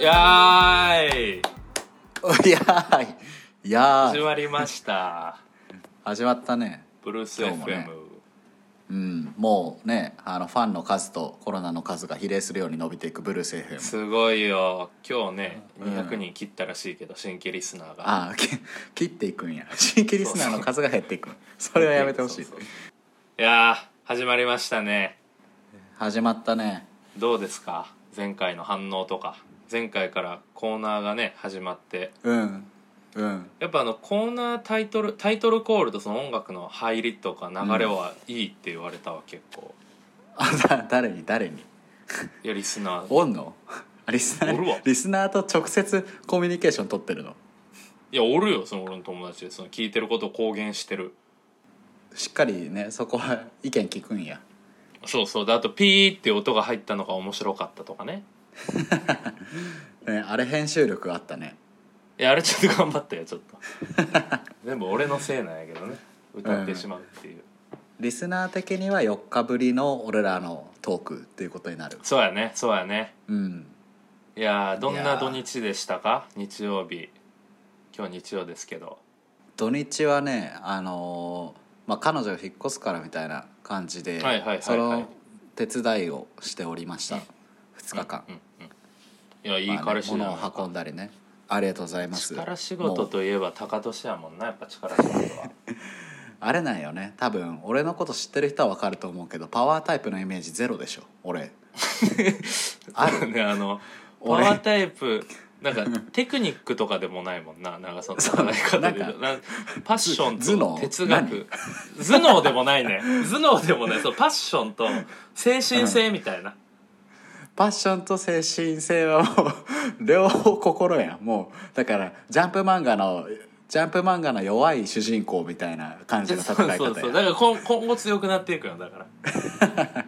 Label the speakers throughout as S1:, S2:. S1: やーい
S2: いやーいや
S1: 始
S2: ー
S1: まりました
S2: 始まったね
S1: ブルース
S2: 今日も
S1: FM、
S2: ねうんもうねあのファンの数とコロナの数が比例するように伸びていくブルース FM
S1: すごいよ今日ね
S2: うん
S1: 200人切ったらしいけど新規リスナーが
S2: ああき切っていくんや 新規リスナーの数が減っていくそれはやめてほしい
S1: そうそういやー始まりましたね
S2: 始まったね
S1: どうですか前回の反応とか前回からコーナーがね始まって
S2: うんうん
S1: やっぱあのコーナータイトルタイトルコールとその音楽の入りとか流れはいいって言われたわ結構
S2: あだ誰に誰に
S1: いやリスナー
S2: おんの あリスナ
S1: おるわ
S2: ーリスナーと直接コミュニケーション取ってるの
S1: いやおるよその俺の友達でその聞いてることを公言してる
S2: しっかりねそこは意見聞くんや
S1: そうそうであとピーって音が入ったのが面白かったとかね
S2: ねあれ編集力あったね
S1: いやあれちょっと頑張ったよちょっ と全部俺のせいなんやけどね歌ってしまうっていう、
S2: リスナー的には4日ぶりの俺らのトークっていうことになる
S1: そうやねそうやね
S2: うん
S1: いやーどん
S2: いや
S1: な
S2: ー
S1: 土日でしたか日曜日今日日曜ですけど
S2: 土日はねあのーまあ、彼女が引っ越すからみたいな感じで、
S1: はいはいはいはい
S2: その手伝いをしておりました
S1: うん
S2: 2日間、
S1: うんうんいやいい
S2: まあ
S1: 彼
S2: ね
S1: 氏だ
S2: 物
S1: な
S2: を運んだりねありがとうございます
S1: 力仕事
S2: もう
S1: といえば高年やもんなやっぱ力仕事は
S2: あれなんよね多分俺のこと知ってる人は分かると思うけどパワータイプのイメージゼロでしょ俺
S1: あるねあのパ
S2: 俺
S1: ワータイプなんかテクニックとかでもないもんななんかその
S2: そう
S1: 考え方で
S2: な
S1: なん
S2: か
S1: んパッショ
S2: 頭
S1: ンと
S2: 脳
S1: 哲学頭脳でもないね頭脳でもないそうパッションと精神性み たいな、
S2: パッションと精神性はもう両方心やんもうだからジャンプ漫画のジャンプ漫画の弱い主人公みたいな感じの
S1: そ
S2: 戦いう方
S1: そうそう
S2: や
S1: だから今今後強くなっていくよだから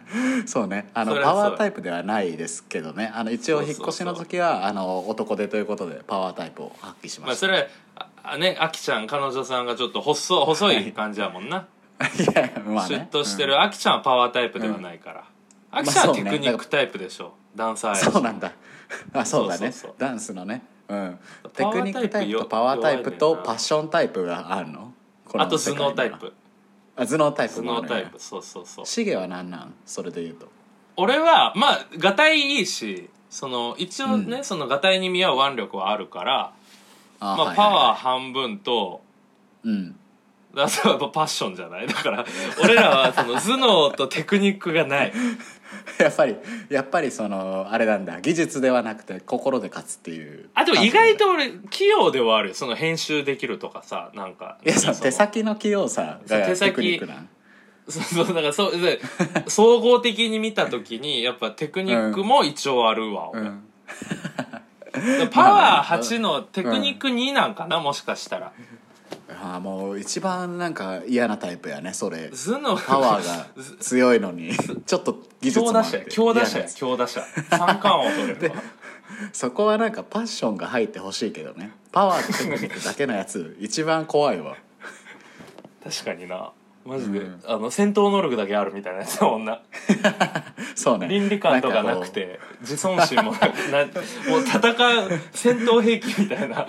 S2: そうねあ
S1: そ
S2: の
S1: れは
S2: パ
S1: そう
S2: ワータイプではないですけどねあの一応
S1: そうそ
S2: 引
S1: う
S2: っ
S1: そう
S2: 越しの時はあの男でということでパワータイプを発揮し
S1: ま
S2: ま
S1: あ
S2: し
S1: そ
S2: た、
S1: れああねあきちゃん彼女さんがちょっと細細い感じやもんな、
S2: いやいやまあ
S1: シュッ
S2: ね
S1: としてる、あきちゃんはパワータイプではないから、あきちゃんはテクニックタイプでしょ、ダンサーやし
S2: そうなんだあそうだね
S1: そうそうそう
S2: ダンスのねうんテ
S1: パワ
S2: ク
S1: ー
S2: ニッ
S1: タイプ
S2: クタイプ
S1: よ
S2: とパワータイプと
S1: 弱いねんな
S2: パッションタイプがあるのこの
S1: あと頭
S2: 世界には
S1: 脳タイプ
S2: あ頭脳タイプ
S1: 頭
S2: もあ
S1: 脳
S2: る
S1: タ
S2: よ
S1: イ
S2: ね
S1: プそうそうそう
S2: シゲは何なんそれで言うと
S1: 俺はまあがたいいいしその一応ね、そのがたいに見合う腕力はあるから
S2: あ
S1: まあ、パワー半分と
S2: ーうん
S1: あとはやっぱパッションじゃないだから俺らはその頭脳とテクニックがない
S2: やっぱりやっぱりそのあれなんだ技術ではなくて心で勝つっていう
S1: あでも意外と俺器用ではあるよその編集できるとかさなんか
S2: いやその
S1: その
S2: 手先の器用さ
S1: そう手
S2: が
S1: 先
S2: テクニックなん
S1: そうそうだからそうで総合的に見た時にやっぱテクニックも一応あるわ、
S2: う
S1: 俺
S2: ん
S1: だからパワー8のテクニック2なんかな、もしかしたら
S2: ああもう一番なんか嫌なタイプやねそ れ
S1: 頭脳
S2: パワー が強いのにちょっと技術
S1: 強
S2: もあ
S1: 打
S2: っ
S1: 者や
S2: て
S1: 強打
S2: 嫌
S1: 者や
S2: なやつ
S1: 強打者三冠 王取れるわ
S2: そこはなんかパッションが入ってほしいけどねパワーとテクニックだけのや つ一番怖いわ
S1: 確かになマジで、
S2: うん
S1: あの戦闘能力だけあるみたいなやつだ もんな
S2: そうね
S1: 倫理観とかなくて自尊心もなくなもう戦う戦闘兵器みた い
S2: なん
S1: な
S2: か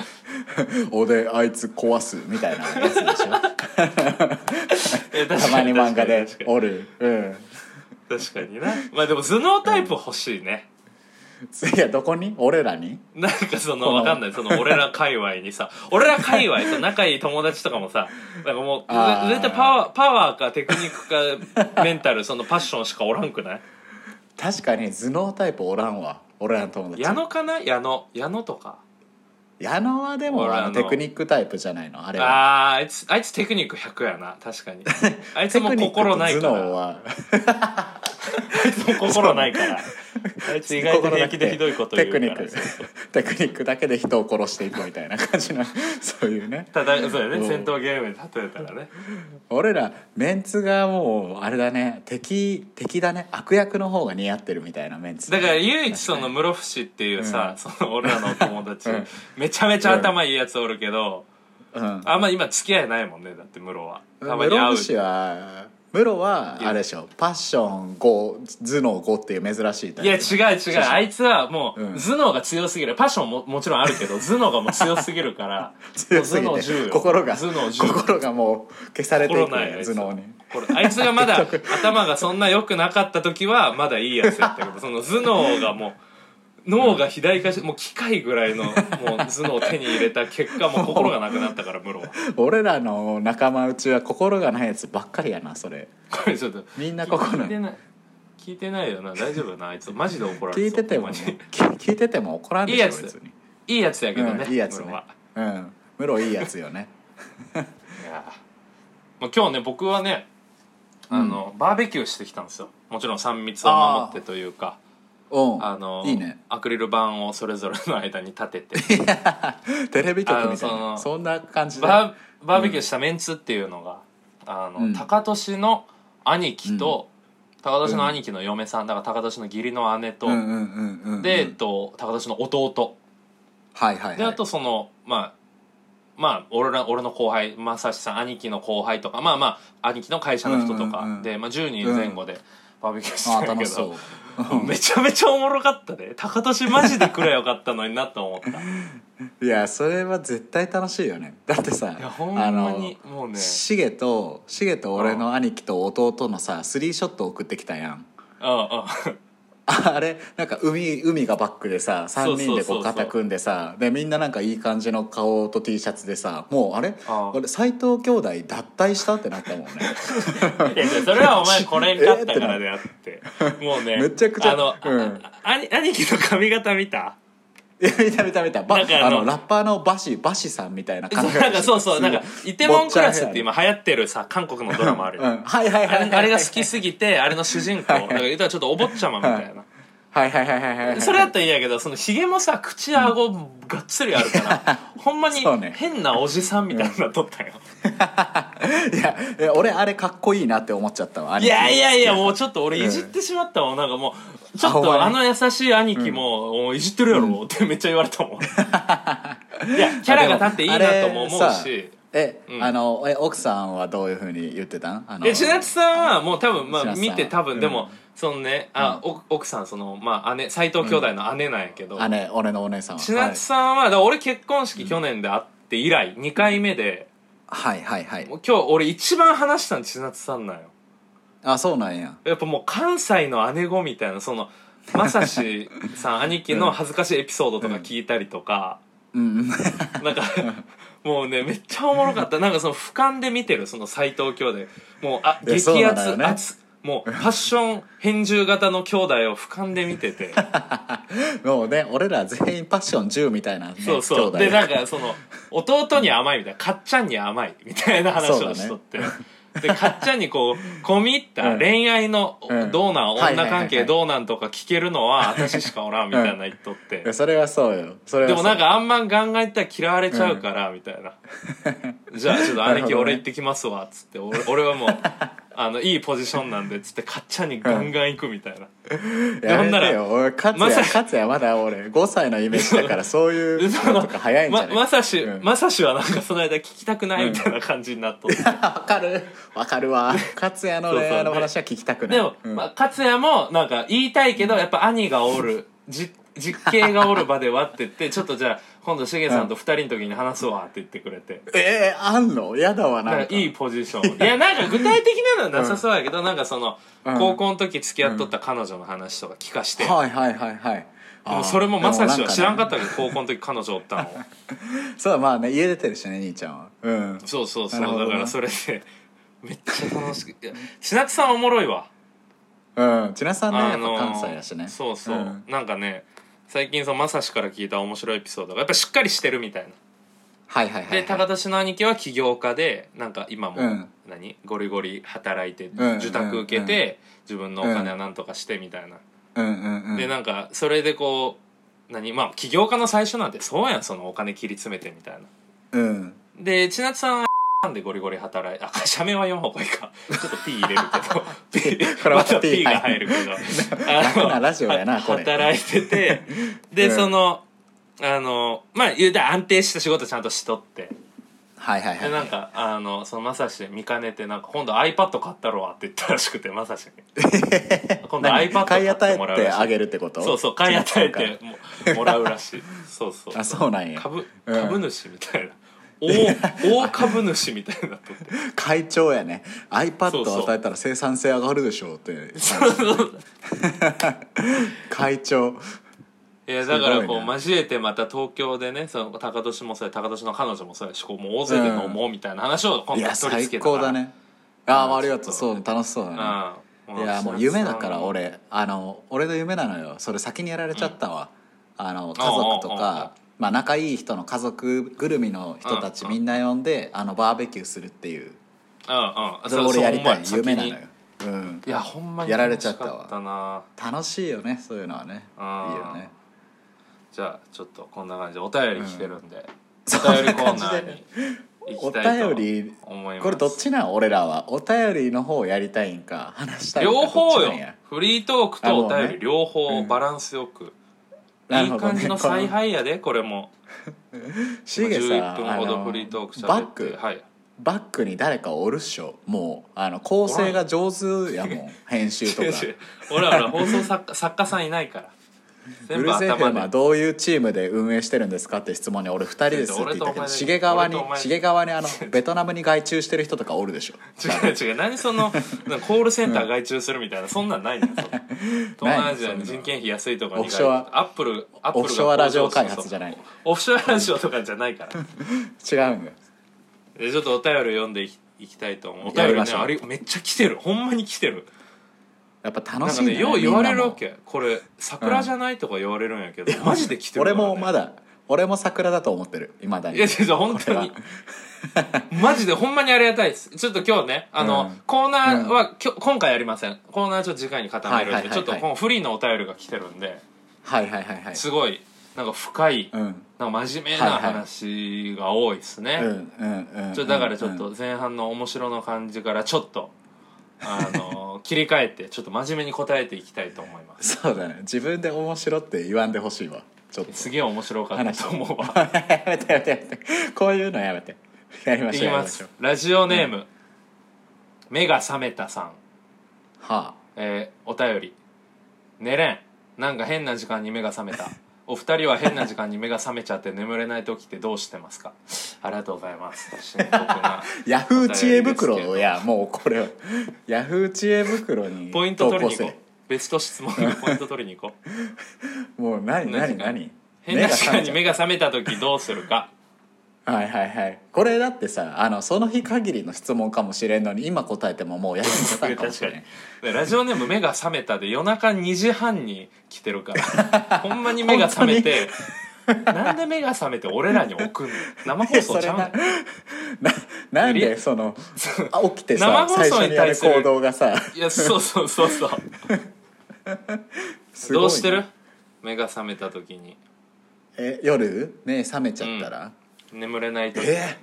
S2: こうおであいつ壊すみたいなやつでしょ
S1: え
S2: た
S1: 確
S2: ま
S1: か
S2: に漫画で
S1: 確かに
S2: おるうん
S1: 確かになまあでも頭脳タイプ欲しいね、
S2: いやどこに俺らに
S1: なんかその
S2: この
S1: わかんないその俺ら界隈にさ俺ら界隈さ仲いい友達とかもさなんかもう
S2: あー
S1: ぜ絶対パワーパワーかテクニックかメンタルそのパッションしかおらんくない
S2: 確かに頭脳タイプおらんわ俺らの友達
S1: 矢野かな矢野矢野とか
S2: 矢野はでも
S1: 俺ら
S2: あ
S1: の
S2: のテクニックタイプじゃないのあれは
S1: あーあいつあいつテクニック100やな 確かにあいつ
S2: テ
S1: も
S2: クニックと
S1: 心
S2: 頭
S1: ないから
S2: 脳は
S1: あいつ も心ないから あいつ意外と平気でひどいこと言うか
S2: テクニッ
S1: ら
S2: ク
S1: そう
S2: テクニックだけで人を殺していくみたいな感じの そういうね
S1: ただそうだよ
S2: う
S1: ね
S2: ん
S1: 戦闘ゲームに例えたらね
S2: 俺らメンツがもうあれだね敵敵だね悪役の方が似合ってるみたいなメンツ
S1: だから唯一その室伏っていうさ、その俺らのお友達、
S2: うん
S1: めちゃめちゃ頭いいやつおるけど、
S2: うん
S1: あんま今付き合いないもんねだって室はたまに
S2: 室
S1: 会う
S2: 伏はムロはあれでしょパッション5頭脳5っていう珍しいタ
S1: いや
S2: イ
S1: 違う違うあいつはもう、
S2: うん
S1: 頭脳が強すぎるパッションももちろんあるけど頭脳がもう強すぎるから
S2: 強すぎて
S1: もう頭脳10よ
S2: 心が
S1: 頭脳10
S2: 心がもう消されてい
S1: 心
S2: く
S1: な
S2: の
S1: いあ
S2: よ
S1: いつ
S2: 頭脳に
S1: これあいつがまだ 頭がそんな良くなかった時はまだいいやつや ったけどその頭脳がもう脳が肥大化してもう機械ぐらいのもう頭脳を手に入れた結果 もう心がなくなったからムロは
S2: 俺らの仲間内は心がないやつばっかりやなそれ
S1: これちょっと
S2: みんな心
S1: 聞いてない聞いてないよな大丈夫かなあいつマジで怒られそう
S2: 聞いてても
S1: マ
S2: ね
S1: ジで
S2: 聞聞いてても怒らんでしょ
S1: いいやつ
S2: 別に
S1: いいやつやけどね、
S2: うんいいやつね
S1: ムロは
S2: うんムロいいやつよ ね
S1: いやーまあ、今日ね僕はねあの、バーベキューしてきたんですよもちろん3密を守ってというか
S2: うん
S1: あの
S2: いいね
S1: アクリル板をそれぞれの間に立てて
S2: テレビ局みたい
S1: あの
S2: なそんな感じで
S1: バーバーベキューしたメンツっていうのが、あの
S2: うん
S1: 高俊の兄貴と、高俊の兄貴の嫁さんだから高俊の義理の姉と、
S2: うんうんうんうんうん
S1: で、えっと、高俊の弟
S2: はいはいはい
S1: であとそのまあまあ俺ら俺の後輩正志さん兄貴の後輩とかまあまあ兄貴の会社の人と
S2: うんうんう
S1: か
S2: ん
S1: で、まあ、10人前後でバーベキューして
S2: あ
S1: た
S2: ー
S1: んや
S2: 楽
S1: け
S2: し
S1: ど、
S2: そう
S1: めちゃめちゃおもろかったで高俊マジでくれよかったのになと思ったい
S2: いやそれは絶対楽しいよねだってさ
S1: やほんまにもうね
S2: シゲとシゲと俺の兄貴と弟のさスリーショット送ってきたやん
S1: ああ
S2: あれなんか海海がバックでさ3人で
S1: そうそうそ
S2: こ
S1: う
S2: う
S1: そう
S2: 肩組んでさでみんななんかいい感じの顔と T シャツでさもうあれ
S1: あ
S2: あれ斎藤兄弟脱退したってなったもん ね
S1: いやいやそれはお前これに勝ったからであってもうね
S2: めちゃくちゃ
S1: あの、
S2: うん
S1: あ兄兄貴の髪型見た
S2: いや見た見た見たば
S1: なんかあ
S2: あ
S1: の
S2: のラッパーのバシバシさんみたいな
S1: そう
S2: 髪型
S1: なんかそうそう
S2: す
S1: な
S2: ごい
S1: んか「イテモンクラス」って今流行ってるさ韓国のドラマある
S2: う
S1: よ
S2: んはいはいはい
S1: あ
S2: は
S1: れ
S2: い
S1: あれが好きすぎてあれの主人公
S2: は
S1: ないん
S2: はい
S1: か言ったらちょっとお坊ちゃまみたいな、
S2: はいはいはいはいはい
S1: それやったらいいんやけどそのひげもさ口顎がっつりあるから、ほんまに
S2: そうね
S1: 変なおじさんみたいになっとったよ、
S2: いやいや俺あれかっこいいなって思っちゃったわ兄
S1: い
S2: 貴
S1: やいやいやもうちょっと俺いじってしまったもんなんかもうちょっ
S2: あほんま
S1: と
S2: に
S1: あの優しい兄貴もおいいじってるやろってめっちゃ言われた もんいやキャラが立っていいなとも思
S2: あ
S1: う
S2: れさ
S1: し
S2: え、
S1: うん
S2: あのえ奥さんはどういうふうに言ってたんあの
S1: え千夏さんはもう多分ま
S2: 千
S1: あ
S2: 夏さん
S1: 見て多分でも、
S2: うん
S1: そのねあ、お奥さんそのまあ姉斎藤兄弟の姉なんやけど、
S2: 姉俺のお姉さんは
S1: 千夏さんは、だから俺結婚式去年で会って以来2回目で、
S2: はい、はいはいはい
S1: もう今日俺一番話したの千夏さんなんよ
S2: あそうなんや
S1: やっぱもう関西の姉子みたいなそ のまさしさん兄貴の恥ずかしいエピソードとか聞いたりとか、
S2: うんうん
S1: なん かもうねめっちゃおもろかったなんかその俯瞰で見てるその斎藤兄弟もうあ
S2: いやそう
S1: 激
S2: な
S1: ア
S2: の
S1: ツ、
S2: よね
S1: 圧も うファッション変獣型の兄弟を俯瞰で見てて
S2: もうね俺ら全員パッション10みたいなね、
S1: そうそ う
S2: 兄弟
S1: でなんかその弟に甘いみたいなかっちゃんに甘いみたいな話をしとって、でかっちゃんにこう込み入った
S2: うん
S1: 恋愛の
S2: うん
S1: どうなん、
S2: はいはいはい
S1: 女関係どうなんとか聞けるのは私しかおらんみたいな言っとって
S2: いやそれはそうよそれは
S1: で
S2: そう
S1: もなんかあんまガンガン言ったら嫌われちゃうから、みたいなじゃあちょっと兄
S2: な
S1: 貴
S2: るほどね
S1: 俺行ってきますわっつって俺俺はもうあのいいポジションなんでっつってかっちゃんにガンガン行くみたいな、
S2: や
S1: ほん
S2: め
S1: なら
S2: てよ俺勝
S1: ま
S2: 也、
S1: さ
S2: 勝也まだ俺5歳のイメージだ からそういうのとか早いんじゃ
S1: ま
S2: ない
S1: まさし、
S2: うん
S1: まさしはなんかその間聞きたくない
S2: うん
S1: みたいな感じになっとって、
S2: わかるわかるわ勝也の恋愛の話は聞きたくない
S1: でも、
S2: うん
S1: まあ、勝也もなんか言いたいけどやっぱ兄がおるじ実刑がおる場ではって言 ってちょっとじゃあ今度しげさんと二人の時に話すわって言ってくれて
S2: えー、あんのやだわな
S1: なん
S2: ん
S1: か
S2: か
S1: いいポジションいやなんか具体的なのはなさそうやけど、なんかその、
S2: うん
S1: 高校の時付き合っとった彼女の話とか聞かして、
S2: はいはいはいはい
S1: でもそれもまさしは知らんか
S2: っ
S1: ったけど、高校の時彼女お ったの
S2: たそうまあね家出てるしね兄ちゃんはうん
S1: そうそうそう、
S2: なるほど
S1: だ
S2: ね
S1: からそれでめっちゃ楽しくいや千夏さんおもろいわ
S2: うん千奈さんねやっ
S1: ー
S2: ぱ関西だしね
S1: そうそう、
S2: ん
S1: なんかね最近そのまさしから聞いた面白いエピソードがやっぱしっかりしてるみたいな
S2: はいはいはい
S1: で高田氏の兄貴は起業家でなんか今も、
S2: うん
S1: 何ゴリゴリ働いて
S2: ん
S1: 受託受けて、自分のお金は何とかしてみたいな、
S2: うんうんうん
S1: でなんかそれでこう何まあ起業家の最初なんてそうやんそのお金切り詰めてみたいな
S2: うん
S1: で千夏さんはなんでゴリゴリ働いてあ社名は4方がいいかちょっと P 入れる けど P
S2: これ
S1: ま
S2: は
S1: た
S2: P
S1: P が入るけどあ
S2: 楽なラジオやな
S1: は
S2: これ
S1: 働いて てで、
S2: うん
S1: そのあのまあ言うたら安定した仕事ちゃんとしとって
S2: はいはいは
S1: で
S2: い
S1: なんかあのそのまさし見かねてなんか今度 iPad 買ったろわって言ったらしくてま さしに今度
S2: 何
S1: iPad
S2: 買い与
S1: 買ってもら
S2: え
S1: うら
S2: て
S1: しい
S2: あげるってこと
S1: そうそう買い与えてももらうら しいそうそう
S2: あそうなんや
S1: 株
S2: うん
S1: 株主みたいな、大大株主みたいになっとって
S2: 会長やね iPad
S1: そうそう
S2: を与えたら生産性上がるでしょうって会長
S1: いやだからこ
S2: すごいうね
S1: 交えてまた東京でねその高年もそうや高年の彼女もそうやしこうもう大勢で飲もうみたいな話を
S2: い
S1: 今度
S2: や
S1: は取り
S2: 最
S1: 付けたから
S2: 高だねあ
S1: うん
S2: あありがとう
S1: ちょ
S2: そう楽しそう
S1: う
S2: だ
S1: ん
S2: ねいやもう夢だから俺あの俺の夢なのよそれ先にやられちゃったわ、あの家族と
S1: おうおうおうおう
S2: かまあ仲いい人の家族ぐるみの人たち
S1: うんうん
S2: みんな呼んであのバーベキューするっていう
S1: うんうん
S2: それ俺やりたい
S1: そう
S2: 夢なのよ
S1: 先に、
S2: うん、
S1: いやほんまに
S2: やられちゃったわ
S1: 楽しかな
S2: 楽しいよねそういうのはねいい
S1: うん
S2: よね
S1: じゃあちょっとこんな感じでお便り来てるんで、
S2: そん
S1: お便り
S2: な
S1: コー
S2: 感
S1: ナ
S2: じで
S1: ーに行きたい と
S2: お
S1: 思
S2: 便り
S1: います
S2: これどっちなん俺らはお便りの方やりたいんか話したいんか
S1: 両方
S2: どっ
S1: よ
S2: ちなんや
S1: フリートーク
S2: あ
S1: と
S2: も
S1: お
S2: うね
S1: 便り両方
S2: うん
S1: バランスよく、
S2: ないる
S1: い
S2: ほどね
S1: 感じの采配やでこれも
S2: シゲさ
S1: 11分
S2: あ
S1: ほど
S2: の
S1: フリートークしゃ
S2: バ
S1: べ
S2: ッ
S1: って
S2: ク
S1: はい
S2: バックに誰かおるっしょもうあの構成が上手やもん編集 とか
S1: 俺ら放送作家作家さんいないから
S2: ブルース FM は
S1: で
S2: どういうチームで運営してるんですかって質問に俺2人ですって言ったけどシゲ側に
S1: 俺とお前
S2: シゲ側 にあのベトナムに外注してる人とかおるでしょ
S1: 違う違う何そのなんかコールセンター外注するみたいなそんなんないのよ そんな東南アジアの人件費安いとかに
S2: オフショア
S1: アップルアップルが
S2: オフショアラジオ開
S1: そうそ
S2: 発
S1: う
S2: じゃない
S1: オフショアラジオとかじゃないから
S2: 違うんよ
S1: でちょっとお便り読んでいきいきたいと思うお
S2: や
S1: 便
S2: り
S1: りね
S2: ましょう
S1: あれめっちゃ来てるほんまに来てる
S2: やっぱ
S1: なん
S2: 楽し
S1: か
S2: いんだ
S1: ねよう言われる
S2: みんな
S1: わ
S2: も
S1: けこれ桜じゃないとか言われるんやけど、マジで来てるから
S2: 俺
S1: ね、
S2: もまだ俺も桜だと思ってるいまだに
S1: いや違う違う本当にマジでほんまにありがたいですちょっと今日ねあの、
S2: うん
S1: コーナーはきょ、今回やりませんコーナーはちょっと次回に固めるんで、
S2: はいはいはいはい
S1: ちょっとこのフリーのお便りが来てるんで
S2: はいはいはいはい
S1: すごいなんか深い、
S2: うん
S1: なんか真面目
S2: は
S1: ない
S2: はい
S1: 話が多いですね、
S2: うんうんうん
S1: ちょっとだからちょっ
S2: うん
S1: と前半の面白の感じからちょっとあの切り替えてちょっと真面目に答えていきたいと思います
S2: そうだね自分で面白って言わんでほしいわちょっと
S1: すげえ面白かったと思うわ
S2: やめてやめてやめてこういうのやめてやりま
S1: い
S2: しょう
S1: き
S2: やり
S1: ま
S2: ましょ
S1: す
S2: う
S1: ラジオネーム、目が覚めたさん
S2: は
S1: えーお便り「寝れんなんか変な時間に目が覚め た」お二人は変な時間に目が覚めちゃって眠れない時ってどうしてますかありがとうございます深刻 な
S2: あヤフー知恵袋やもうこれはヤフー知恵袋に
S1: ポイント取りに行こ
S2: 投
S1: うベスト質問のポイント取りに行 こう
S2: 稿せもう何何
S1: 変な時
S2: 何
S1: 変な時間に目
S2: 目が
S1: が覚めた時どうする
S2: 覚め
S1: か
S2: ちゃうはいはいはいこれだってさあのその日限りの質問かもしれんのに今答えてももうやり方かも
S1: 確
S2: し
S1: か
S2: れ
S1: に
S2: ん
S1: ラジオネーム「目が覚めた」で夜中2時半に来てるから ほんまに目が覚めて なんで目が覚めて俺らに送んの生放送ちゃうの
S2: それな ななんでそのあ起きて
S1: 生
S2: さ
S1: 放送
S2: 最
S1: に
S2: 初にやる
S1: 対する
S2: 行動がさ
S1: いやそうそうそうそう
S2: すごいね
S1: どうしてる目が覚めた時に
S2: え夜目覚めちゃったら、
S1: 眠れない時
S2: え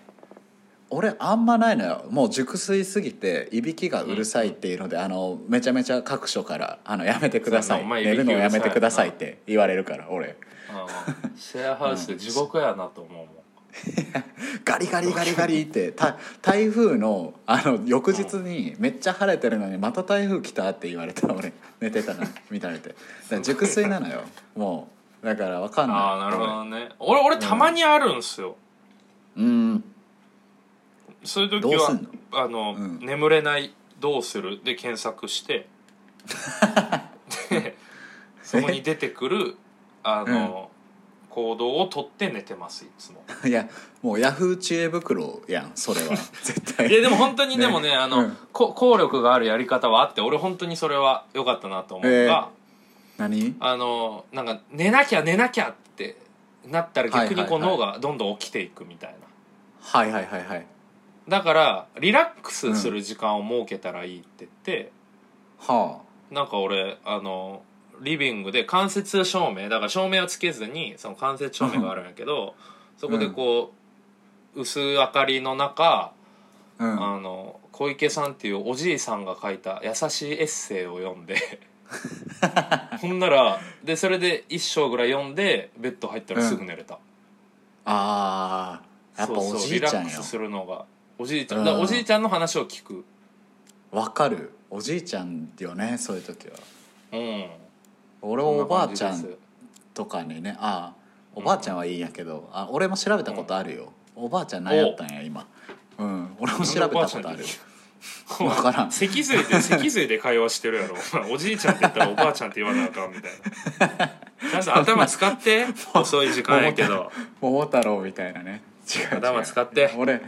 S2: 俺あんまないのよもう熟睡すぎていびきがうるさいっていうので、あのめちゃめちゃ各所から「あのやめてくださ
S1: そうやないお前
S2: 寝るのやめてください」
S1: い
S2: っ
S1: び
S2: て言われるから俺
S1: ああシェアハウスで地獄やなと思うもん、
S2: ガリガリガリガリってた台風のあの翌日にめっちゃ晴れてるのにまた台風来たって言われた俺寝てたら見たれてだから熟睡なのよもうだからわかんない
S1: ああなるほどね俺俺たまにあるんすよ、
S2: 俺うん
S1: そういう時
S2: どうす
S1: は
S2: んの
S1: あの、
S2: うん
S1: 眠れないどうする」で検索してでそこに出てくるあの、行動をとって寝てますいつも
S2: いやもうヤフー知恵袋やんそれ は絶対
S1: いやでも本当にでもねあの、
S2: うん
S1: こ効力があるやり方はあって俺本当にそれは良かったなと思うのが、
S2: 何
S1: あのなんか寝なきゃ寝なきゃってなったら逆にこう
S2: はいはいは
S1: 脳
S2: い
S1: がどんどん起きていくみたいな、
S2: はいはいはいはい
S1: だからリラックスする時間を設けたらいいって言って、
S2: は
S1: なんか俺あのリビングで間接照明だから照明をつけずにその間接照明があるんやけどそこでこう、薄明かりの中
S2: あうん
S1: あの小池さんっていうおじいさんが書いた優しいエッセイを読 んでほんならでそれで一章ぐらい読んでベッド入ったらすぐ寝れた、
S2: ああやっぱおじい
S1: リラ
S2: ちゃん
S1: ック
S2: よ
S1: スするのがおじいちゃん、
S2: うん
S1: だからおじいちゃんの話を聞く
S2: わかるおじいちゃんよねそういう時は
S1: うん
S2: 俺
S1: そ
S2: お
S1: な
S2: ばあ
S1: 感じ
S2: ちゃ
S1: です
S2: んとかにねあおばあちゃんはいいんやけど、あ俺も調べたことあるよ、おばあちゃん何やったんや今うん俺も調べたことあるわからん
S1: 脊髄で脊髄で会話してるやろ お前おじいちゃんって言ったらおばあちゃんって言わなあかんみた いなちゃんと頭使って遅い時間やけど
S2: 桃太郎みたいなね違う違う
S1: 頭 使って
S2: 俺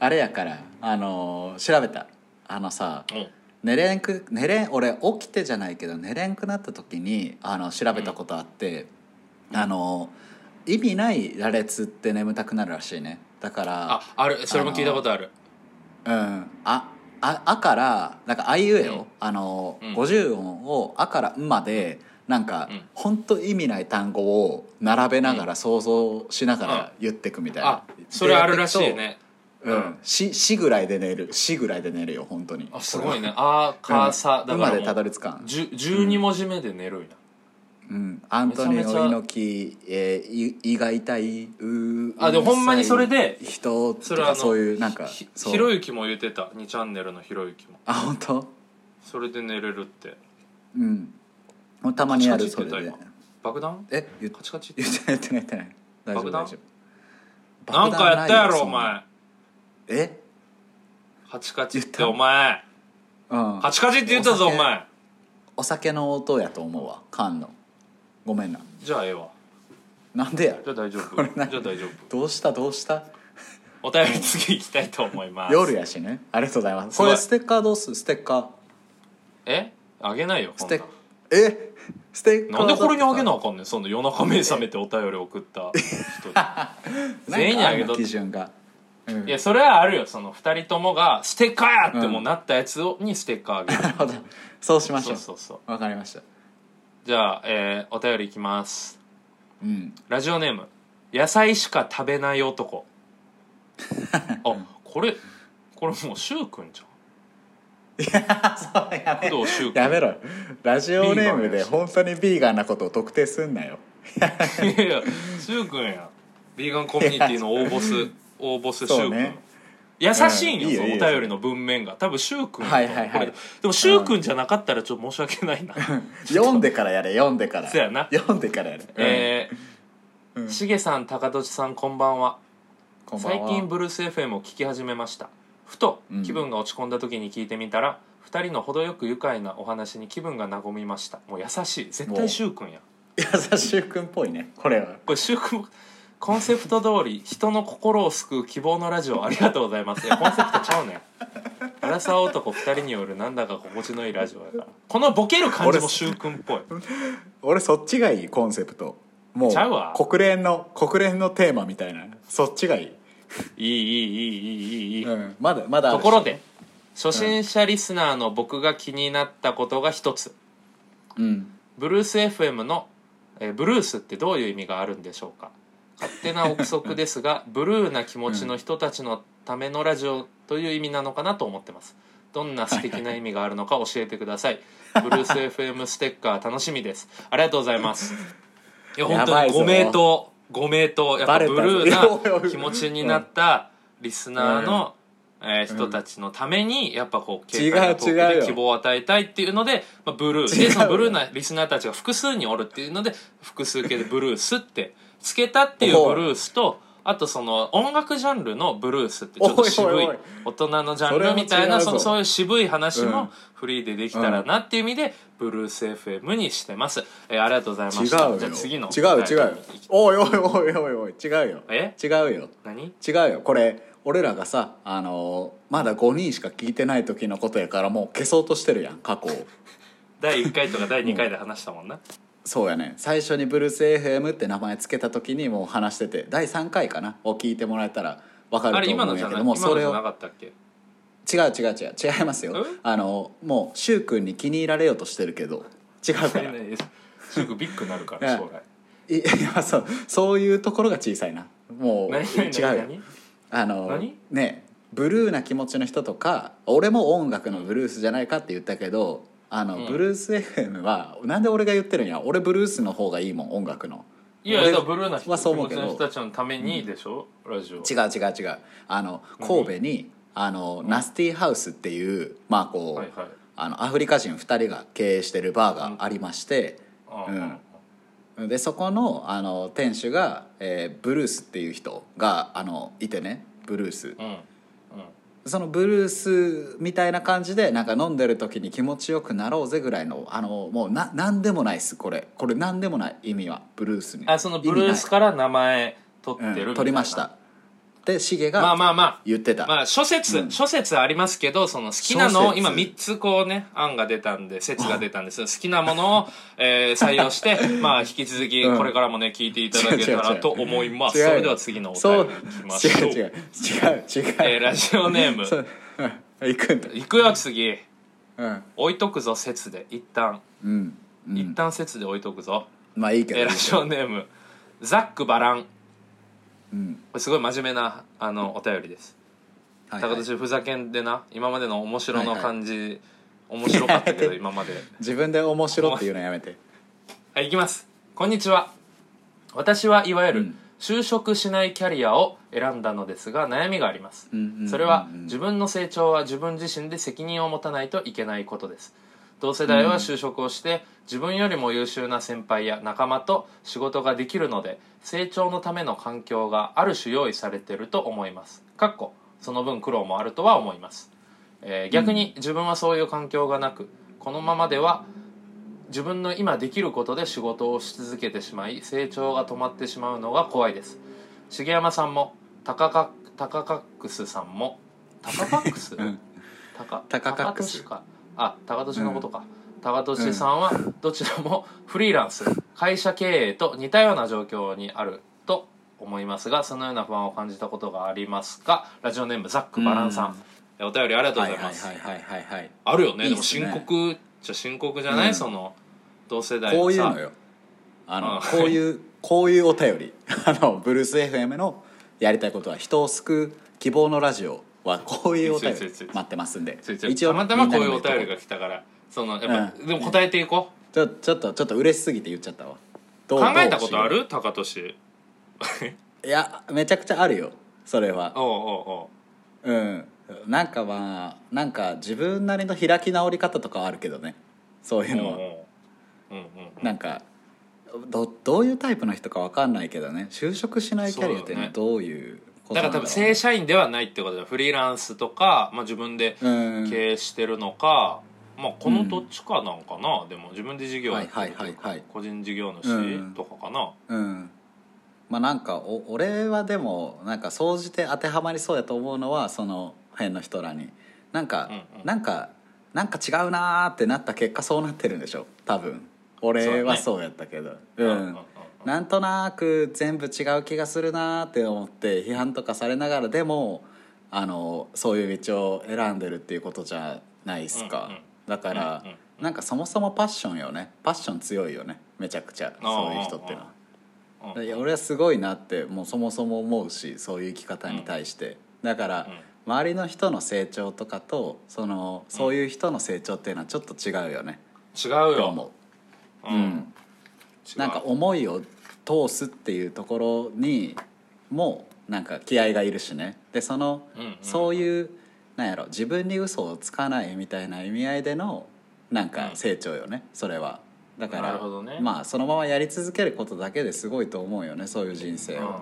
S2: あれやからあのー調べたあのさ
S1: うん
S2: 寝れんく寝れん俺起きてじゃないけど寝れんくなった時にあの調べたことあって、あのー意味ない羅列って眠たくなるらしいねだから
S1: ああるそれも聞いたことある
S2: うんあああからなんかあいうえ
S1: うん
S2: を、あの
S1: うん
S2: 50音をあからんまでなんか、
S1: うん
S2: ほんと意味ない単語を並べながら想像しながら言ってくみたいな、
S1: あそれあるらしいね
S2: でやってくと、うん、ししぐらいで寝るしぐらいで寝るよ本当に
S1: あすごいねあー
S2: これは
S1: かーさ
S2: う
S1: だ
S2: ん
S1: か
S2: 馬でた
S1: ら
S2: ど
S1: もう
S2: り着かん
S1: じゅ12文字目で寝るんや
S2: うん、アントニオ
S1: めちゃめちゃ
S2: 猪木、えー、い胃が痛いう
S1: あでもほんまにそれで
S2: 人
S1: そ
S2: と
S1: れはあ
S2: か
S1: の
S2: そういうなんか
S1: ひ
S2: そう
S1: ひろゆきも言ってた2チャンネルのひろゆきも
S2: あ本当
S1: それで寝れるって
S2: うんもうたまにやる
S1: カチ
S2: そ
S1: カチ
S2: れ
S1: っ
S2: で
S1: て言った今爆弾
S2: え言っ
S1: カチカチって
S2: 言ってない言ってない言ってない大丈夫
S1: 爆
S2: 大丈夫
S1: 弾なんかやったやろお
S2: 爆弾ないよそん
S1: 前
S2: なえ
S1: カチカチって
S2: 言った
S1: お前
S2: うん
S1: カチカチって言ったぞ
S2: お
S1: お
S2: 酒
S1: 前
S2: お酒の音やと思うわ缶のごめんな
S1: じゃあええわ
S2: なんでや
S1: じゃあ大丈
S2: こ
S1: 夫
S2: れ何
S1: じゃあ大丈夫
S2: どうしたどうした
S1: お便り次行きたいと思います
S2: 夜やしねありがとうございます
S1: す
S2: こ
S1: ごい
S2: れステッカーどうするステッカー
S1: えあげないよこ
S2: ス
S1: ん
S2: テ
S1: な
S2: ッえステッカ
S1: な
S2: ーだ
S1: んで
S2: ってさ
S1: これにあげなあ かんねんその夜中目覚めてお便り送った人に全員にあげ
S2: なんか
S1: と
S2: る基準が、うん
S1: いやそれはあるよその2人ともがステッカーやってもうなったやつをにステッカー あげる
S2: なるほどそうしまし
S1: そ
S2: ょ
S1: うそうそう
S2: うわかりました
S1: じゃあ、えーお便りいきます
S2: うん
S1: ラジオネーム野菜しか食べない 男あこれこれもうしゅうくんじ
S2: そうや
S1: ゃん工藤しゅうくん
S2: やめろラジオネームで本当にビーガンなことを特定すんなよ
S1: いやいやしゅうくんやビーガンコミュニティの大ボス大ボスしゅ
S2: そう
S1: うくん
S2: ね
S1: 優しいん
S2: うんいい
S1: よ、
S2: よ
S1: そ
S2: いい
S1: の
S2: よ
S1: お便りの文面が多分しゅうくん
S2: はいはいはい
S1: これでもしゅうくんじゃなかったらちょっと申し訳ないな、
S2: 読んでからやれ読んでから
S1: そうやな
S2: 読んでからやれ、
S1: えー
S2: うん
S1: しげさん高俊さんこんばんは
S2: こんばん
S1: 最
S2: は
S1: 近ブルース FM を聞き始めましたふと
S2: うん
S1: 気分が落ち込んだ時に聞いてみたら、二人の程よく愉快なお話に気分が和みましたもう優しい絶対しゅうくんや
S2: 優しゅうくんっぽいねこれは
S1: これ習慣コンセプト通り人の心を救う希望のラジオありがとうございますいやコンセプトちゃう ねんアラサー男2人によるなんだか心地のいいラジオやからこのボケる感じも習君っぽい
S2: 俺そっちがいいコンセプトも
S1: ちゃうわ
S2: う国連の国連のテーマみたいなそっちがいい、
S1: いいいいいいいいいいい、
S2: うん、まだまだある
S1: と
S2: し
S1: ころで初心者リスナーの僕が気になったことが一つ
S2: うん
S1: ブルース FM の、えーブルースってどういう意味があるんでしょうか勝手な憶測で すがブルーな気持ちの人たちのためのラジオという意味なのかなと思ってますどんな素敵な意味があるのか教えてくださいブルース FM ステッカー楽しみですありがとうございますいや
S2: や
S1: 本当
S2: ばい
S1: に
S2: ぞ
S1: ご名答ご名答やっぱ
S2: バレた
S1: ブ
S2: ぞ
S1: ルー
S2: いやおいお
S1: ない気持ちになったリスナーの、えー人たちのためにやっぱこう
S2: 違う
S1: 軽快なトークで
S2: 違うよ
S1: 希望を与えたいっていうので、まあ、ブルー
S2: 違う
S1: でそのブルーなリスナーたちが複数におるっていうので複数形でブルースってつけたっていう
S2: おい
S1: ブルースとあとその音楽ジャンルのブルースってちょっと渋 い
S2: おいおいおい
S1: 大人のジャンルみたいな
S2: それも違
S1: そ
S2: うぞ
S1: のそういう渋い話
S2: うん
S1: もフリーでできたらなっていう意味で、ブルース FM にしてます、えーありがとうございま
S2: 違う
S1: した
S2: よ
S1: じゃあ次の
S2: 違うよ違うよおいおいおいおいおい違うよ
S1: え
S2: 違うよ
S1: 何
S2: 違うよこれ俺らがさあのーまだ5人しか聞いてない時のことやからもう消そうとしてるやん過去を
S1: 第1回とか第2回で話したも んな、
S2: そうやね最初にブルース FM って名前つけた時にもう話してて第3回かなを聞いてもらえたら分か
S1: あ
S2: る
S1: れ
S2: と
S1: 今
S2: 思
S1: の
S2: うん
S1: じゃ
S2: やけ
S1: ない
S2: ども
S1: 今の
S2: う
S1: じ
S2: それ
S1: ゃな
S2: を
S1: かったっけ
S2: 違う違う違う違いますよ
S1: え
S2: あのーもう柊君に気に入られようとしてるけど違うから
S1: すぐビッグになるから将来
S2: いいやそうそういうところが小さいなもう
S1: 何何
S2: 違うよ
S1: 何
S2: あの
S1: 何
S2: ねブルーな気持ちの人とか俺も音楽のブルースじゃないかって言ったけどあの、
S1: うん
S2: ブルース FM はなんで俺が言ってるんや俺ブルースの方がいいもん音楽の
S1: いやい
S2: 俺
S1: やブルーな人
S2: はそう思うけど
S1: の人たちのためにでしょ、ラジオ
S2: 違う違う違うあの神戸にあのナスティーハウスっていうまあこう、
S1: はいはい
S2: あのアフリカ人2人が経営してるバーがありまして、
S1: あ
S2: うんでそこのあの店主が、えーブルースっていう人があのいてねブルース
S1: うんうん
S2: そのブルースみたいな感じでなんか飲んでる時に気持ちよくなろうぜぐらいのあのもうな何でもないっすこれこれ何でもない意味はブルースに
S1: あそのブルースから名前取っ
S2: 意味
S1: てる
S2: ない
S1: みたい
S2: うん
S1: な
S2: 取りましたでシゲ
S1: まあ
S2: が
S1: まあま
S2: 言って
S1: あ
S2: た、
S1: まあ諸説、
S2: うん
S1: 諸説ありますけどその好きなの
S2: 諸
S1: を
S2: 説
S1: 今3つこうね案が出たんで説が出たんです好きなものを、えー採用して まあ引き続き
S2: うん
S1: これからもね聞いていただけた
S2: 違う違う
S1: ら
S2: 違う
S1: と思います
S2: 違うよ
S1: それでは次のお
S2: そう
S1: 便りいきましょ
S2: 違
S1: う
S2: う違う違う違う、
S1: えーラジオネーム
S2: そううん行くんだ
S1: いくよ次
S2: うん
S1: 置いとくぞ説で一旦、
S2: うん、う
S1: 一
S2: ん、
S1: 旦説で置いとくぞ
S2: まあいいけど
S1: えーラジオネームザックバランこ
S2: うん
S1: れすごい真面目なあのお便りです
S2: はいはい
S1: 高年ふざけんでな今までの面白の感じ、面白かっ たけど今まで
S2: 自分で面白っていうのやめて
S1: はいいきますこんにちは私はいわゆ
S2: う
S1: る
S2: ん
S1: 就職しないキャリアを選んだのですが悩みがあります、
S2: うんうんうんうん
S1: それは自分の成長は自分自身で責任を持たないといけないことです同世代は就職をして自分よりも優秀な先輩や仲間と仕事ができるので成長のための環境がある種用意されていると思いますかっこその分苦労もあるとは思います、えー逆に自分はそういう環境がなくこのままでは自分の今できることで仕事をし続けてしまい成長が止まってしまうのが怖いです重山さんもタカカタカカックスさんもタカカックス、
S2: ん
S1: タカ
S2: タカカック
S1: 高
S2: ス
S1: 俊かあタカトシのことか、タカトシさんはどちらも フリーランス会社経営と似たような状況にあると思いますがそのような不安を感じたことがありますかラジオネームザックバランさん、えお便りありがとうございます、
S2: はいはいはいはいはい
S1: あるよね
S2: いい
S1: で
S2: っ
S1: も
S2: すね
S1: 深刻じゃ深刻じゃない、
S2: うん
S1: その同世 代
S2: こういう
S1: さ
S2: のよあの
S1: あ
S2: こういうこういうお便り あのブルース FM のやりたいことは人を救う希望のラジオは こういうお便り
S1: ちょいちょいちょい
S2: 待ってますんで
S1: ちょいちょいたまたまこういうお便りが来たからそのやっぱ、
S2: うん
S1: でも答えていこう
S2: ちょちょっとちょっと嬉しすぎて言っちゃったわどう
S1: 考え
S2: ど
S1: た
S2: う
S1: ことある高俊
S2: いやめちゃくちゃあるよそれは
S1: おうお
S2: うんなんかまあなんか自分なりの開き直り方とかはあるけどねそういう
S1: うおうおう
S2: のは
S1: おううんうんうん
S2: なんかどどういうタイプの人かわかんないけどね就職しないキャリアっていうのは
S1: そう
S2: どういうこと
S1: だ
S2: な
S1: から
S2: んろう
S1: 多分正社員ではないってことだよフリーランスとか、まあ、自分で
S2: うん
S1: 経営してるのか、まあこのどっちかなんかな、でも自分で事業
S2: は
S1: や
S2: い
S1: って
S2: は
S1: る
S2: い
S1: と
S2: はい
S1: か
S2: はい
S1: 個人事業
S2: うん
S1: 主とかかな、
S2: うんまあなんかお俺はでもなんか総じて当てはまりそうやと思うのはその辺の人らになんか、
S1: うんうん
S2: なんかなんか違うなーってなった結果そうなってるんでしょ多分
S1: そう
S2: 俺
S1: ね
S2: はそうやったけどう,、
S1: うんうんうん
S2: んなんとなく全部違う気がするなーって思って批判とかされながらでもあのそういう道を選んでるっていうことじゃないですか、
S1: うんうん
S2: だから、
S1: うんうん
S2: なんかそもそもパッションよねパッション強いよねめちゃくちゃそういう人ってのは。
S1: うん
S2: いや俺はすごいなってもうそもそも思うしそういう生き方に対して、だから、周りの人の成長とかとそのそういう人の成長っていうのはちょっと違うよね、
S1: 違う
S2: って
S1: よ、
S2: 思う、うん、
S1: 違う
S2: なんか思いを通すっていうところにもなんか気合がいるしねでその、
S1: うんうん
S2: そういうなんやろ自分に嘘をつかないみたいな意味合いでのなんか
S1: うん
S2: 成長よね、それはだか
S1: な
S2: ら
S1: るほどね
S2: まあそのままやり続けることだけですごいと思うよねそういう人生
S1: うん
S2: を、
S1: うん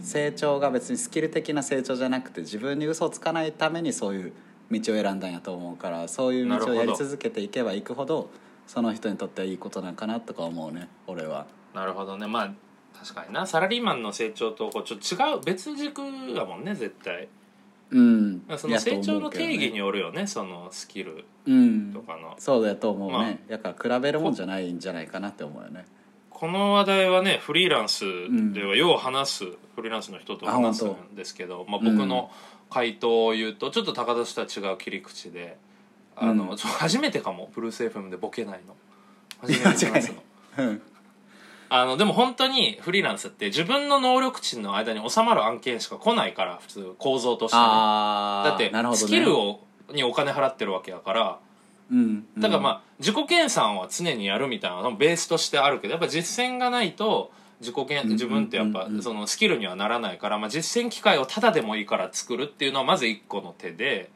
S2: 成長が別にスキル的な成長じゃなくて自分に嘘をつかないためにそういう道を選んだんやと思うからそういう道をやり続けていけばいくほどその人にとってはいいことなんかなとか思うね俺は。
S1: なるほどねまあ確かになサラリーマンの成長とこうちょっと違う別軸だもんね絶対
S2: うん
S1: その成長の定義に
S2: よ
S1: よるよねそのスキル
S2: うん
S1: とかの、
S2: そうだと思うね、
S1: まあ
S2: だから比べるもんじゃないんじゃないかなって思うよね
S1: この話題はねフリーランスではよう話す、フリーランスの人と話す
S2: あ本
S1: んですけど、まあ、僕の回答を言うと、ちょっと高田氏とは違う切り口であの、
S2: うん
S1: ちょ初めてかもブルース FM でボケないの初めて話すの。
S2: うん
S1: あのでも本当にフリーランスって自分の能力値の間に収まる案件しか来ないから普通構造としてね、
S2: ああ
S1: だって
S2: なるほど、ね、
S1: スキルをにお金払ってるわけだから
S2: うん、
S1: だからま
S2: あ
S1: あ自己研鑽は常にやるみたいなのもベースとしてあるけどやっぱ実践がないと自己嫌悪自分ってやっぱ
S2: うんうんうん
S1: そのスキルにはならないから、まあ、実践機会をただでもいいから作るっていうのはまず一個の手で、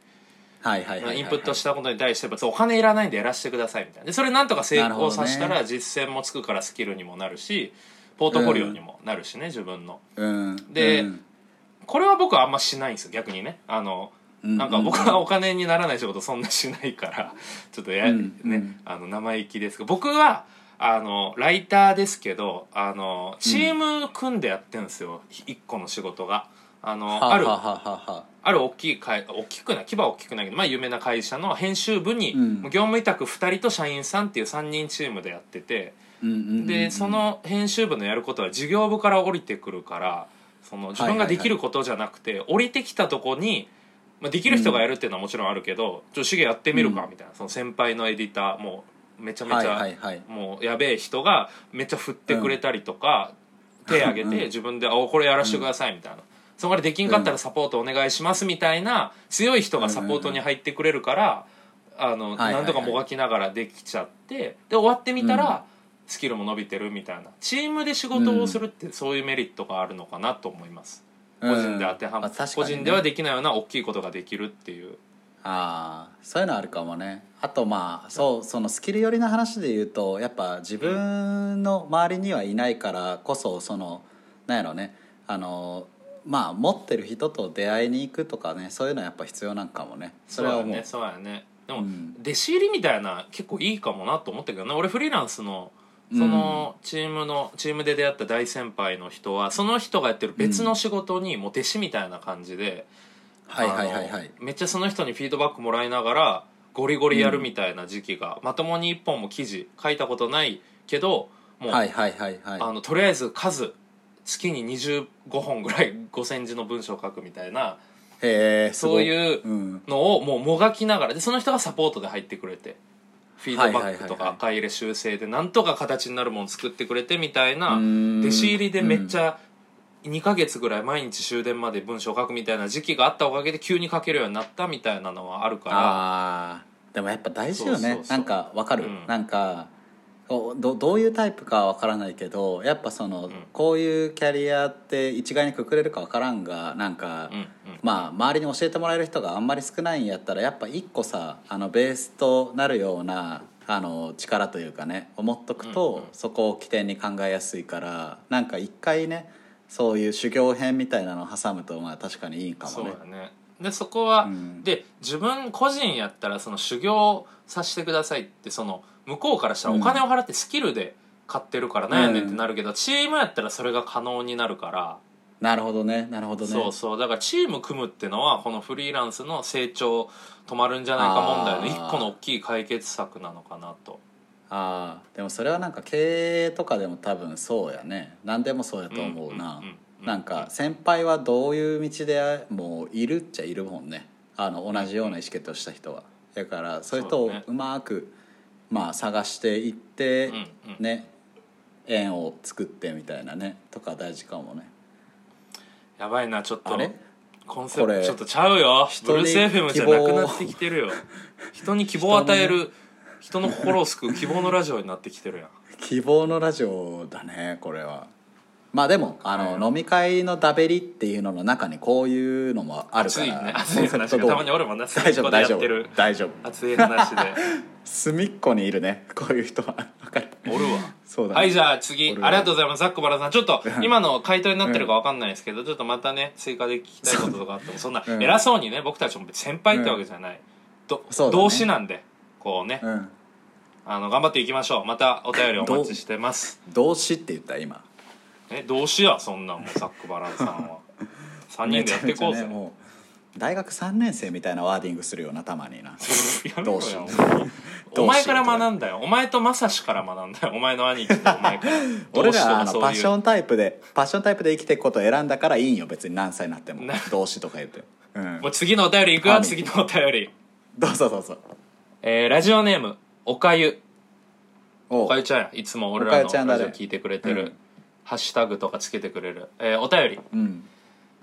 S2: はいはいはい
S1: ま
S2: は
S1: あ
S2: い
S1: インプットしたことに対して別にお金いらないんでやらせてくださいみたいなでそれなんとか成功させた
S2: なる
S1: ら実践もつくからスキルにもなるしポートフォリオにもなるしね、自分の
S2: うん
S1: で
S2: うん
S1: これは僕はあんましないんですよ逆にねあの
S2: うん
S1: なんか僕はお金にならない仕事そんなしないからちょっとや、
S2: うんう
S1: ね
S2: ん
S1: あの生意気ですけど僕はあのライターですけどあのチーム組んでやってるんですよ、一個の仕事が。あの
S2: は
S1: ある
S2: はははは
S1: ある大きい会大きくない規模は大きくないけど、まあ、有名な会社の編集部に、
S2: うん
S1: 業務委託2人と社員さんっていう3人チームでやってて
S2: うんうんうんうん
S1: でその編集部のやることは事業部から降りてくるからその自分ができることじゃなくて、降りてきたとこに、まあ、できる人がやるっていうのはもちろんあるけど「ちょシゲやってみるか
S2: う」ん
S1: みたいなその先輩のエディターもうめちゃめちゃ、
S2: はいはいはい
S1: もうやべえ人がめっちゃ振ってくれたりとか、手挙げて自分で「あおこれやらしてください」みたいな。そこまでできんかったらサポートお願いしますみたいな強い人がサポートに入ってくれるからあの
S2: はいはいはい
S1: 何とかもがきながらできちゃってで終わってみたらスキルも伸びてるみたいなチームで仕事をするってそういうメリットがあるのかなと思います個人で当ては
S2: まあ
S1: め
S2: 確かにね
S1: 個人ではできないような大きいことができるっていう
S2: ああそういうのあるかもねあとまあそうそのスキル寄りの話で言うとやっぱ自分の周りにはいないからこそそのなんやろねあのまあ持ってる人と出会いに行くとかねそういうのはやっぱ必要なんかもねそれは
S1: そう
S2: も
S1: や
S2: う
S1: ねそうやねで
S2: う
S1: も
S2: ん
S1: 弟子入りみたいな結構いいかもなと思ったけどね俺フリーランスのそのチームの、チームで出会った大先輩の人はその人がやってる別の仕事にもう弟子みたいな感じで、
S2: はいはいはいは
S1: あ
S2: い
S1: のめっちゃその人にフィードバックもらいながらゴリゴリやるみたいな時期が、まともに一本も記事書いたことないけどもう、
S2: はいはいはいはい
S1: あのとりあえず数月に25本ぐらい5,000字の文章を書くみたいな
S2: へえ
S1: そう
S2: う
S1: いう
S2: うん
S1: のをもうもがきながらでその人がサポートで入ってくれてフィードバ
S2: はいは
S1: ックと
S2: いはいは
S1: か
S2: い
S1: 赤入れ修正でなんとか形になるもの作ってくれてみたいな
S2: うーん
S1: 弟子入りでめっちゃ2ヶ月ぐらい毎日終電まで文章を書くみたいな時期があったおかげで急に書けるようになったみたいなのはあるから
S2: あーでもやっぱ大事よね
S1: そうそうそ
S2: な
S1: う
S2: んかわかる、
S1: うん
S2: なんかこうどどういうタイプかはわからないけどやっぱその、
S1: ん
S2: こういうキャリアって一概にくくれるかわからんがなんか、
S1: うんうん
S2: まあ周りに教えてもらえる人があんまり少ないんやったらやっぱ一個さあのベースとなるようなあの力というかね思っとくと、
S1: うんうん
S2: そこを起点に考えやすいからなんか一回ねそういう修行編みたいなのを挟むとまあ確かにいいかも
S1: そう
S2: ね
S1: だ。ねでそこは、
S2: うん
S1: で自分個人やったらその修行させてくださいってその向こうからしたら
S2: う
S1: お
S2: ん
S1: 金を払ってスキルで買ってるからなんやねんって
S2: うん
S1: なるけど、チームやったらそれが可能になるから、
S2: なるほどねなるほどね。
S1: そうそうだからチーム組むってのはこのフリーランスの成長止まるんじゃないか問題の
S2: あー
S1: 一個の大きい解決策なのかなと
S2: ああでもそれはなんか経営とかでも多分そうやね何でもそうやと思うな、
S1: うんうんうんうん
S2: なんか先輩はどういう道でもういるっちゃいるもんねあの同じような意思決定をした人はだからそういう人
S1: そう
S2: を
S1: だね
S2: うまく、まあ探していって、
S1: うんうん
S2: ね縁を作ってみたいなねとか大事かもね
S1: やばいなちょっ
S2: あ
S1: と
S2: れ
S1: コンセプ
S2: こ
S1: ト
S2: れ
S1: ちょっとちゃうよ
S2: 人
S1: ブ
S2: に
S1: ルース FM じゃなくなってきてるよ人に希望を与える人の心を救う希望のラジオになってきてるやん
S2: 希望のラジオだねこれはまあでもあの、飲み会のだべりっていうのの中にこういうのもあるか
S1: 熱
S2: ら
S1: いね熱い
S2: コン
S1: 話
S2: セプト通
S1: がたま
S2: り
S1: に俺もな隅
S2: 大
S1: っ
S2: 丈夫
S1: こで
S2: 大
S1: や
S2: 丈
S1: ってる
S2: 夫大丈夫
S1: 熱い話 で
S2: 隅っこにいるねこういう人はわかる
S1: おるわ
S2: そうだ、ね、
S1: はいじゃあ次あり
S2: 俺は
S1: がとうございますザックバラさんちょっ と今の回答になってるかわかんないですけど、ちょっとまたね追加で聞きたいこととかあってもそんな
S2: うん
S1: 偉そうにね僕たちも別に先輩ってわけじゃない、ど
S2: そうだね
S1: 同志なんでこうね、
S2: うん
S1: あの頑張っていきましょうまたお便りお待ちしてます
S2: 動詞って言った今
S1: え同志やそんなんもうザックバランさん は三人でやっていこう
S2: めちゃめち
S1: ぜ、
S2: ゃねもう大学3年生みたいなワーディングするよなたまにな
S1: やめろ
S2: 同
S1: よ
S2: 志
S1: お前から学んだよお前とまさしから学んだよお前の兄貴とお前から
S2: 俺
S1: 同志と
S2: らはあ
S1: か
S2: の
S1: そ
S2: パ
S1: う
S2: ッ
S1: い
S2: ショ
S1: う
S2: ンタイプでパッションタイプで生きていくことを選んだからいいんよ別に何歳になっても
S1: な
S2: 動詞とか言って、うん
S1: も、う次のお便りいくよ
S2: はい
S1: 次のお便り、
S2: どうぞどうぞ
S1: えーラジオネームおかゆ
S2: お
S1: おかゆちゃんやいつも俺ら
S2: おかゆ
S1: の
S2: ちゃんだ
S1: ラ
S2: ね
S1: ジオ聞いてくれてる、
S2: うん
S1: ハッシュタグとかつけてくれる、えーお便り、
S2: うん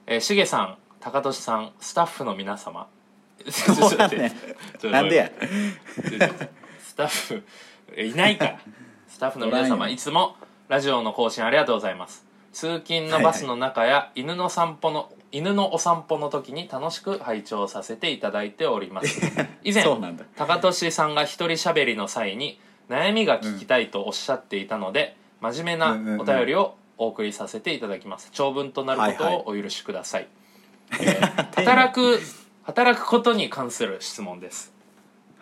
S1: えー、しげさん高俊さんスタッフの皆様ちょっ
S2: そ
S1: と
S2: うだ
S1: 待って
S2: ね
S1: ちょっと待って
S2: なんでや
S1: スタッフえいないからスタッフの皆
S2: おらん
S1: 様
S2: よ
S1: いつもラジオの更新ありがとうございます通勤のバスの中や犬の散歩の犬のお散歩の時に楽しく拝聴させていただいております 以前
S2: そうなんだ
S1: 高俊さんが一人喋りの際に悩みが聞きたいとおっしゃっていたので、真面目なお便りをお送りさせていただきます長文となることをお許しくだ さい、働く働くことに関する質問です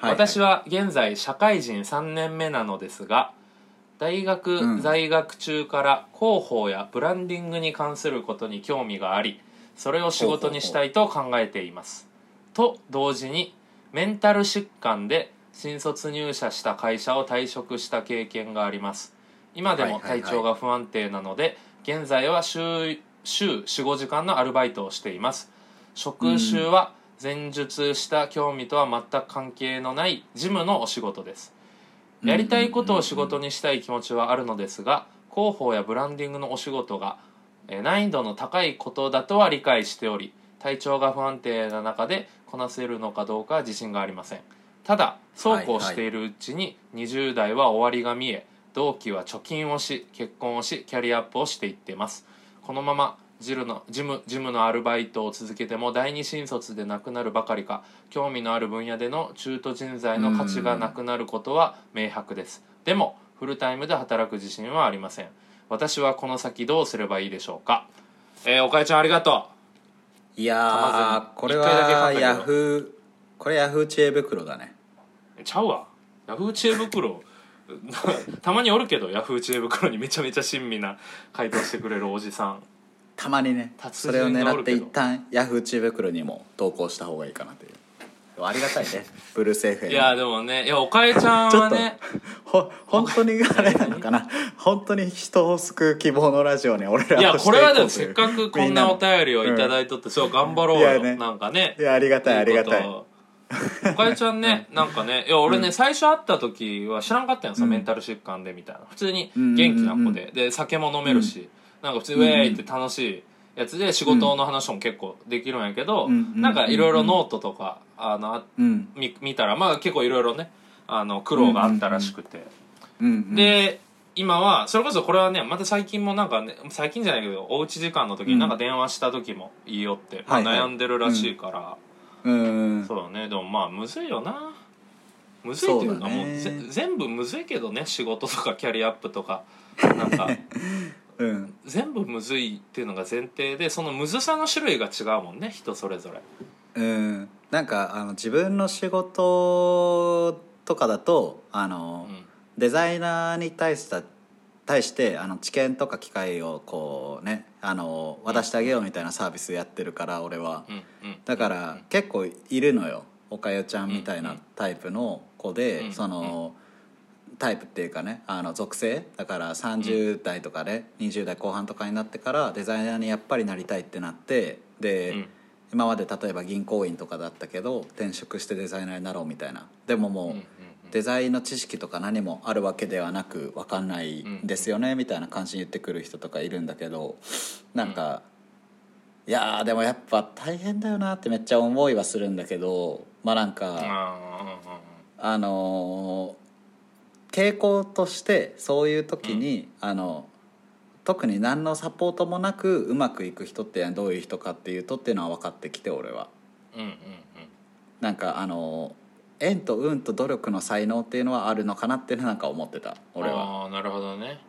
S1: 私
S2: は
S1: は現在社会人3年目なのですが大学、
S2: うん
S1: 在学中から広報やブランディングに関することに興味がありそれを仕事にしたいと考えていますと同時にメンタル疾患で新卒入社した会社を退職した経験があります今でも
S2: はいはいは
S1: 体
S2: い
S1: 調が不安定なので、現在は週週45時間のアルバイトをしています職種は前述した興味とは全く関係のない事務のお仕事ですやりたいことを仕事にしたい気持ちはあるのですが広報やブランディングのお仕事がえー難易度の高いことだとは理解しており体調が不安定な中でこなせるのかどうかは自信がありませんただそうこうしているうちに20代は終わりが見え同期は貯金をし結婚をしキャリアアップをしていっていますこのままジルのジムジムのアルバイトを続けても第二新卒でなくなるばかりか興味のある分野での中途人材の価値がなくなることは明白ですでもフルタイムで働く自信はありません私はこの先どうすればいいでしょうかえー、おかえちゃんありがと
S2: い
S1: ま
S2: や
S1: ず
S2: ーこれ
S1: 一回だけ噛
S2: は
S1: んだけど
S2: ヤフーこれヤフー知恵袋だね
S1: うちゃうわヤフー知恵袋 たまにおるけどヤフー知恵袋にめちゃめちゃ親身な回答してくれるおじさん
S2: たまにね
S1: 達
S2: それを
S1: 人がお
S2: 狙
S1: る
S2: って
S1: けど
S2: 一旦ヤフー知恵袋にも投稿した方がいいかなっていうでもありが たいねブルース FM
S1: いやでもねいやおかえちゃん
S2: ちょ
S1: は
S2: っと
S1: ね
S2: ほ本当にあれなのかな本当に人を救う希望のラジオに俺ら
S1: いや
S2: を
S1: これはでも
S2: して
S1: せ
S2: い
S1: っ
S2: こう
S1: かくこんなお便りをいただいとってそう頑張ろう
S2: い
S1: よ
S2: やね
S1: なんかね
S2: いやありがたいありがたい
S1: おかえちゃんねなんかねいや俺ね最初会った時は知らんかったんよさメンタル疾患でみたいな普通に元気な子でで酒も飲めるしなんか普通にウェーイって楽しいやつで仕事の話も結構できるんやけど
S2: うん
S1: なんかいろいろノートとかあのあ
S2: うん
S1: み見たらまあ結構いろいろねあの苦労があったらしくて。
S2: うんうん
S1: で、今はそれこそこれはねまた最近もなんかね最近じゃないけどおうち時間の時になんか電話した時も言いよって、まあ
S2: はいはい
S1: 悩んでるらしいから、
S2: うん
S1: そうだねでもまあむずいよなむずいっていうか
S2: そうだね
S1: もうぜ全部むずいけどね仕事とかキャリアアップとかなん か
S2: うん
S1: 全部むずいっていうのが前提でそのむずさの種類が違うもんね人それぞれ
S2: うんなんかあの自分の仕事とかだとあの、
S1: うん
S2: デザイナーに対した対してあの知見とか機会をこうねあの渡してあげようみたいなサービスやってるから俺は、
S1: うんうん
S2: だから結構いるのよおかよちゃんみたいなタイプの子で、
S1: うん
S2: その、タイプっていうかねあの属性だから30代とかで、20代後半とかになってからデザイナーにやっぱりなりたいってなってで、
S1: うん
S2: 今まで例えば銀行員とかだったけど転職してデザイナーになろうみたいなでももう、
S1: うんうん
S2: デザインの知識とか何もあるわけではなく分かんないんですよねみたいな感じに言ってくる人とかいるんだけどなんか、いやーでもやっぱ大変だよなってめっちゃ思いはするんだけどまあなんか、
S1: あー
S2: あのー傾向としてそういう時に、あの特に何のサポートもなくうまくいく人ってどういう人かっていうとっていうのは分かってきて俺は。
S1: うんうんうん
S2: なんかあの縁と運と努力の才能っていうのはあるのかなってなんか思ってた俺は
S1: あーなるほどね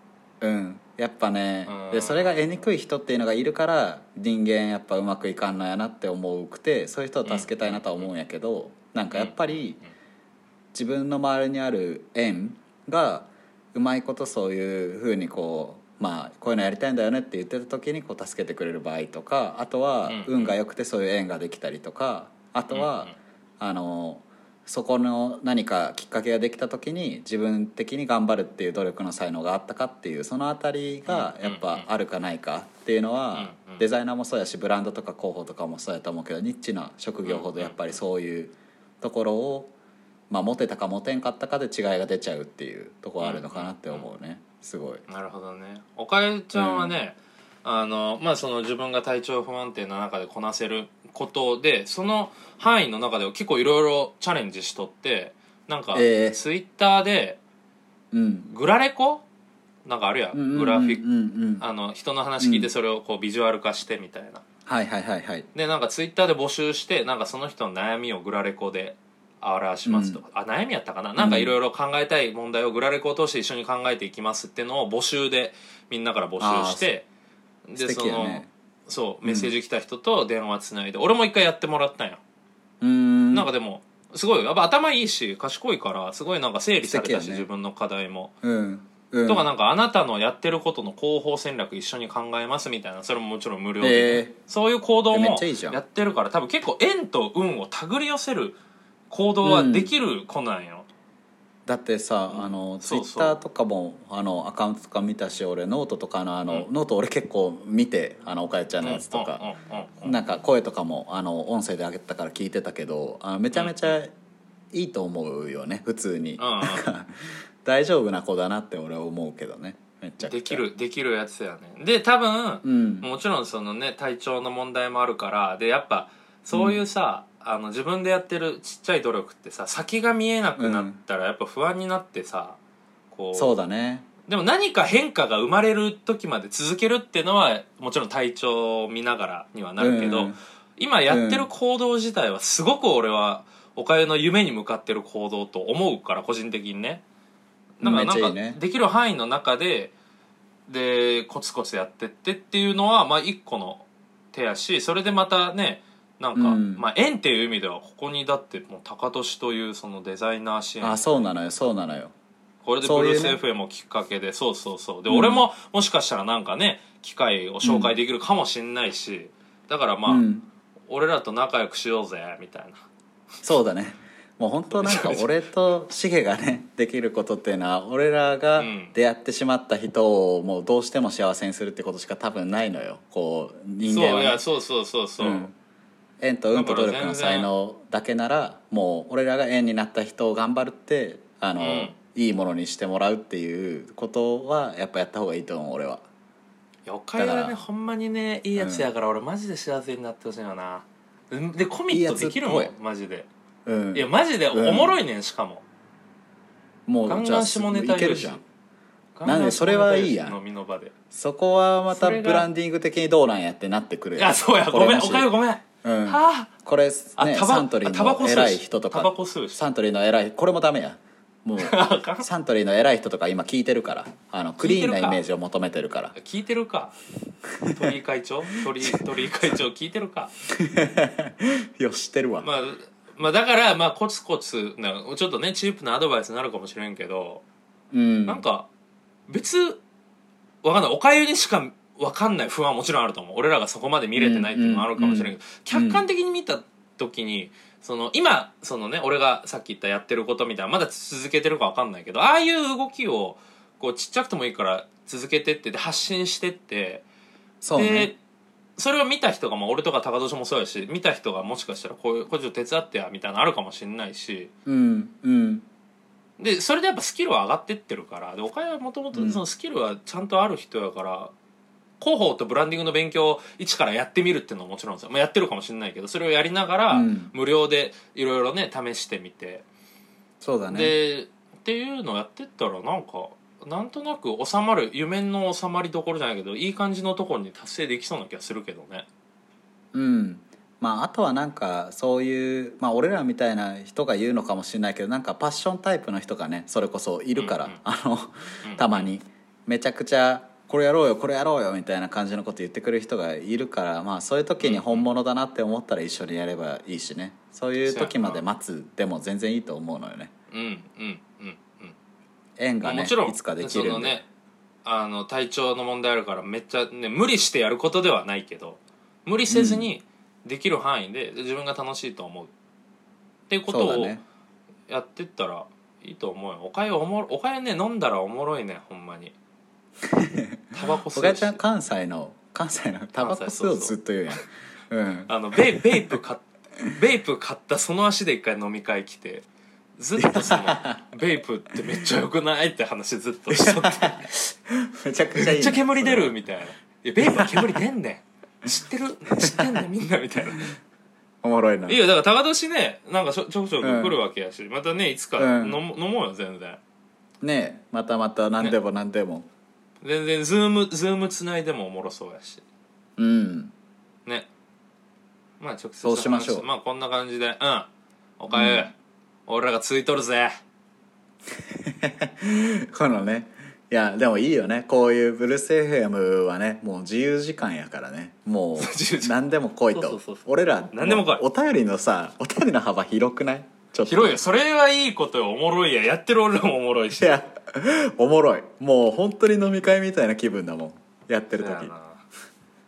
S2: うんやっぱね
S1: うん
S2: でそれが得にくい人っていうのがいるから人間やっぱうまくいかんのやなって思うくてそういう人を助けたいなとは思うんやけどなんかやっぱり
S1: うん
S2: 自分の周りにある縁がうまいことそういうふうにこう。まあ、こういうのやりたいんだよねって言ってた時にこう助けてくれる場合とかあとは
S1: うん
S2: 運が良くてそういう縁ができたりとかあと
S1: うん
S2: は
S1: うん
S2: あのそこの何かきっかけができた時に自分的に頑張るっていう努力の才能があったかっていうそのあたりが
S1: うん
S2: やっぱあるかないかっていうのは
S1: うんうん
S2: デザイナーもそうやしブランドとか広報とかもそうやと思うけどニッチな職業ほどやっぱりそういうところを、まあ、持てたか持てんかったかで違いが出ちゃうっていうところあるのかなって思うねすごい。
S1: なるほどねおかゆちゃんはね、あのまあその自分が体調不安定な中でこなせることでその範囲の中では結構いろいろチャレンジしとってなんか
S2: ええ
S1: ツイッターで
S2: うん、
S1: グラレコなんかあるや
S2: う
S1: ん、
S2: んうんうんうん
S1: グラフィック、
S2: うんうん
S1: あの人の話聞いてそれをこうビジュアル化してみたいな、
S2: はいはいはいはい
S1: でなんかツイッターで募集してなんかその人の悩みをグラレコで表しますとか、あ悩みやったかななんかいろいろ考えたい問題をグラレコを通して一緒に考えていきますってのを募集でみんなから募集して
S2: 素
S1: でそ
S2: 敵や
S1: の、
S2: ね
S1: そうメッセージ来た人と電話つないで、俺も一回やってもらったんや、
S2: うーん
S1: なんかでもすごいやっぱ頭いいし賢いからすごいなんか整理された
S2: 素
S1: し、
S2: 敵やね
S1: 自分の課題も。
S2: うんうん
S1: とかなんかあなたのやってることの広報戦略一緒に考えますみたいなそれももちろん無料で、
S2: へえ
S1: そういう行動
S2: めっ
S1: も
S2: ちゃいいじゃん
S1: やってるから多分結構縁と運を手繰り寄せる行動はできる子なんよ、
S2: だってさ、あのツ
S1: そ
S2: イ
S1: う
S2: ッ
S1: そう
S2: ターとかもあのアカウントとか見たし俺ノートとかのあの、
S1: うん
S2: ノート俺結構見てあの岡谷ちゃ
S1: うんん
S2: のやつとか、
S1: うんうんうんうん
S2: なんか声とかもあの音声で上げてたから聞いてたけどあのめちゃめちゃいいと思うよね普通に、
S1: うんうん
S2: 大丈夫な子だなって俺は思うけどねめっちゃくちゃ
S1: できるできるやつやねで多分、
S2: うん
S1: もちろんそのね体調の問題もあるからでやっぱそういうさ、あの自分でやってるちっちゃい努力ってさ先が見えなくなったらやっぱ不安になってさ、こう
S2: そうだね
S1: でも何か変化が生まれる時まで続けるっていうのはもちろん体調を見ながらにはなるけど、
S2: うん
S1: 今やってる行動自体はすごく俺はおかゆの夢に向かってる行動と思うから個人的にねだから
S2: めっちゃ
S1: ない
S2: い
S1: ん
S2: ね
S1: かできる範囲の中ででコツコツやってってっていうのはまあ一個の手やしそれでまたねなんか、
S2: うん
S1: まあ縁っていう意味ではここにだってもう高俊というそのデザイナー支援
S2: あそうなのよそうなのよ
S1: これでブ
S2: そういう
S1: ル
S2: ね
S1: ース FM もきっかけでそうそうそうで、
S2: うん
S1: 俺ももしかしたらなんかね機会を紹介できるかもしんないし、だからまあ、
S2: うん、
S1: 俺らと仲良くしようぜみたいな
S2: そうだねもう本当 なんか俺とシゲがねできることっていうのは俺らが
S1: うん
S2: 出会ってしまった人をもうどうしても幸せにするってことしか多分ないのよこう人間
S1: そ
S2: は
S1: うい
S2: ね、
S1: やそうそうそうそう、
S2: うん縁と運と努力の才能だけならもう俺らが縁になった人を頑張るってあの、
S1: うん
S2: いいものにしてもらうっていうことはやっぱやった方がいいと思う俺は
S1: よかや
S2: だ
S1: ら
S2: か
S1: ね
S2: ら
S1: ほんまにねいいやつやから、俺マジで幸せになってほしいよなうんでコミットできるもん
S2: いいやつっ
S1: マジで
S2: うん
S1: いやマジで
S2: うん
S1: おもろいねんしかも、
S2: も
S1: ガン
S2: う
S1: ガン下ネタ
S2: いけるじゃん
S1: ガンガン
S2: なんでそれはいいやん
S1: 下ネタし飲みの場で
S2: そこはまた
S1: それ
S2: ブ
S1: が
S2: ランディング的にどうなんやってなってくる
S1: い
S2: よ
S1: やそうや
S2: こ
S1: ご
S2: れ
S1: めんお
S2: もし
S1: かゆごめん、は
S2: うん
S1: あ
S2: これね
S1: あタバ
S2: サントリ
S1: あタバ
S2: ー
S1: コ
S2: の
S1: 吸うし
S2: 偉い人と
S1: タバコ
S2: か
S1: 吸うし
S2: サントリーの偉いこれもダメ やもう
S1: あかん
S2: サントリーの偉い人とか今聞いてるからあのクリーンなイメージを求めてるから
S1: 聞いてるか鳥居会長鳥居鳥居会長聞いてるか
S2: よし知ってるわ、
S1: まあまあだからまあコツコツなちょっとねチープなアドバイスになるかもしれんけど、
S2: うん
S1: なんか別わかんないおかゆにしかわかんない不安はもちろんあると思う俺らがそこまで見れてないっていうのもあるかもしれんけど、
S2: うんうん
S1: 客観的に見た時にその今そのね俺がさっき言ったやってることみたいなまだ続けてるかわかんないけどああいう動きをこうちっちゃくてもいいから続けてってで発信してって
S2: そうね
S1: でそれを見た人が、まあ、俺とか高年もそうやし見た人がもしかしたらこういうこれちょっと手伝ってやみたいなのあるかもしんないし
S2: うんうん
S1: でそれでやっぱスキルは上がってってるからで岡山はもともと
S2: うん
S1: そのスキルはちゃんとある人やから、広報とブランディングの勉強を一からやってみるっていうのはもちろんですよ、まあ、やってるかもしんないけどそれをやりながら、
S2: うん
S1: 無料でいろいろね試してみて、
S2: そうだね
S1: でっていうのやってったらなんかなんとなく収まる夢の収まりどころじゃないけどいい感じのところに達成できそうな気がするけどね。
S2: うんまああとはなんかそういう、まあ、俺らみたいな人が言うのかもしれないけどなんかパッションタイプの人がねそれこそいるから、
S1: うんうん
S2: あの
S1: うん
S2: たまにめちゃくちゃこれやろうよこれやろうよみたいな感じのこと言ってくる人がいるからまあそういう時に本物だなって思ったら一緒にやればいいしねそういう時まで待つでも全然いいと思うのよね
S1: うんうんうんうん
S2: 縁が
S1: まあ
S2: ね
S1: もちろん
S2: いつかでき
S1: そ
S2: る
S1: の
S2: んで、
S1: ねあの体調の問題あるからめっちゃね無理してやることではないけど無理せずにできる範囲で自分が楽しいと思うっていうこ
S2: そうだ
S1: とを
S2: ね
S1: やってったらいいと思うよおかゆおもろおかゆね飲んだらおもろいねほんま にタバコ
S2: 小
S1: 吸
S2: 賀
S1: うし
S2: ちゃん関西の関西のタバコ吸うをずっと言うやんうん
S1: あのベイベイプ買っベイプ買ったその足で一回飲み会来てずっと そのベイプってめっちゃ良くないって話ずっとしとって
S2: めちゃくちゃいいね
S1: めっちゃ煙出るみたいな「いやベイプは煙出んねん知ってる知ってんねんみんな」みたいな
S2: おもろいない
S1: いよだから高年ねなんかちょちょくちょく来るわけやし、またねいつか
S2: うん
S1: 飲,、飲もうよ全然
S2: ねえまたまた何でも何でも、
S1: 全然ズームズームつないでもおもろそうやし
S2: うん
S1: ねまあ直接
S2: そうしましょう
S1: 話まあこんな感じでうんおかゆ、俺らがついとるぜ
S2: このねいやでもいいよねこういうブルース FM はねもう自由時間やからねもう
S1: 自由時間
S2: 何でも来い
S1: そうそ
S2: と
S1: うそうそう
S2: 俺ら
S1: 何でも来い
S2: お便りのさお便りの幅広くないちょっと
S1: 広いよそれはいいことよおもろいや やってる俺らもおもろいし
S2: いやおもろいもう本当に飲み会みたいな気分だもんやってる
S1: そうや
S2: 時
S1: な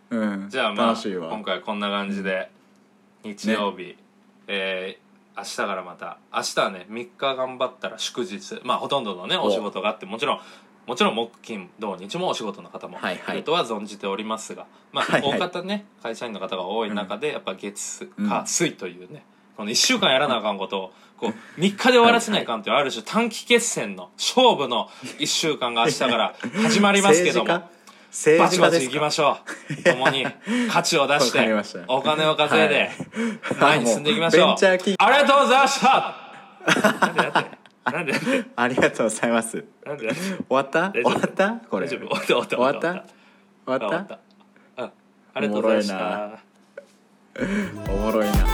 S2: うん
S1: じゃあまあ
S2: 楽しいわ
S1: 今回こんな感じで日曜日、えー明日からまた明日はね3日頑張ったら祝日まあほとんどのね
S2: お
S1: お仕事があってもちろんもちろん木金土日もお仕事の方も
S2: はいはい
S1: いるとは存じておりますが、
S2: はい
S1: ま
S2: は
S1: あ
S2: い
S1: 大方ね会社員の方が多い中でやっぱ月
S2: うん
S1: 火水というねこの1週間やらなあかんことをこう3日で終わらせないかんというある種短期決戦の勝負の1週間が明日から始まりますけども。
S2: 政
S1: バ
S2: 治
S1: チ
S2: 家
S1: バ
S2: で
S1: チ
S2: す
S1: 行き
S2: か
S1: ましょう共に価値を出
S2: わ
S1: し
S2: か
S1: て
S2: りました
S1: お金を稼いで
S2: はい
S1: 前に進んでいきましょう
S2: もうベンチャー企業
S1: ありがとうございました なんでやって
S2: ありがとうございます
S1: なんでやってなんでやっ
S2: 終
S1: て
S2: わった終
S1: 大丈
S2: わ
S1: 夫
S2: ったこれ
S1: 大丈夫終わった
S2: 終
S1: 終
S2: わ
S1: わ
S2: っ
S1: ったた
S2: 終わ
S1: あ
S2: っ
S1: 終わったたうんありがとうございまし
S2: おもろいお
S1: た
S2: もろいな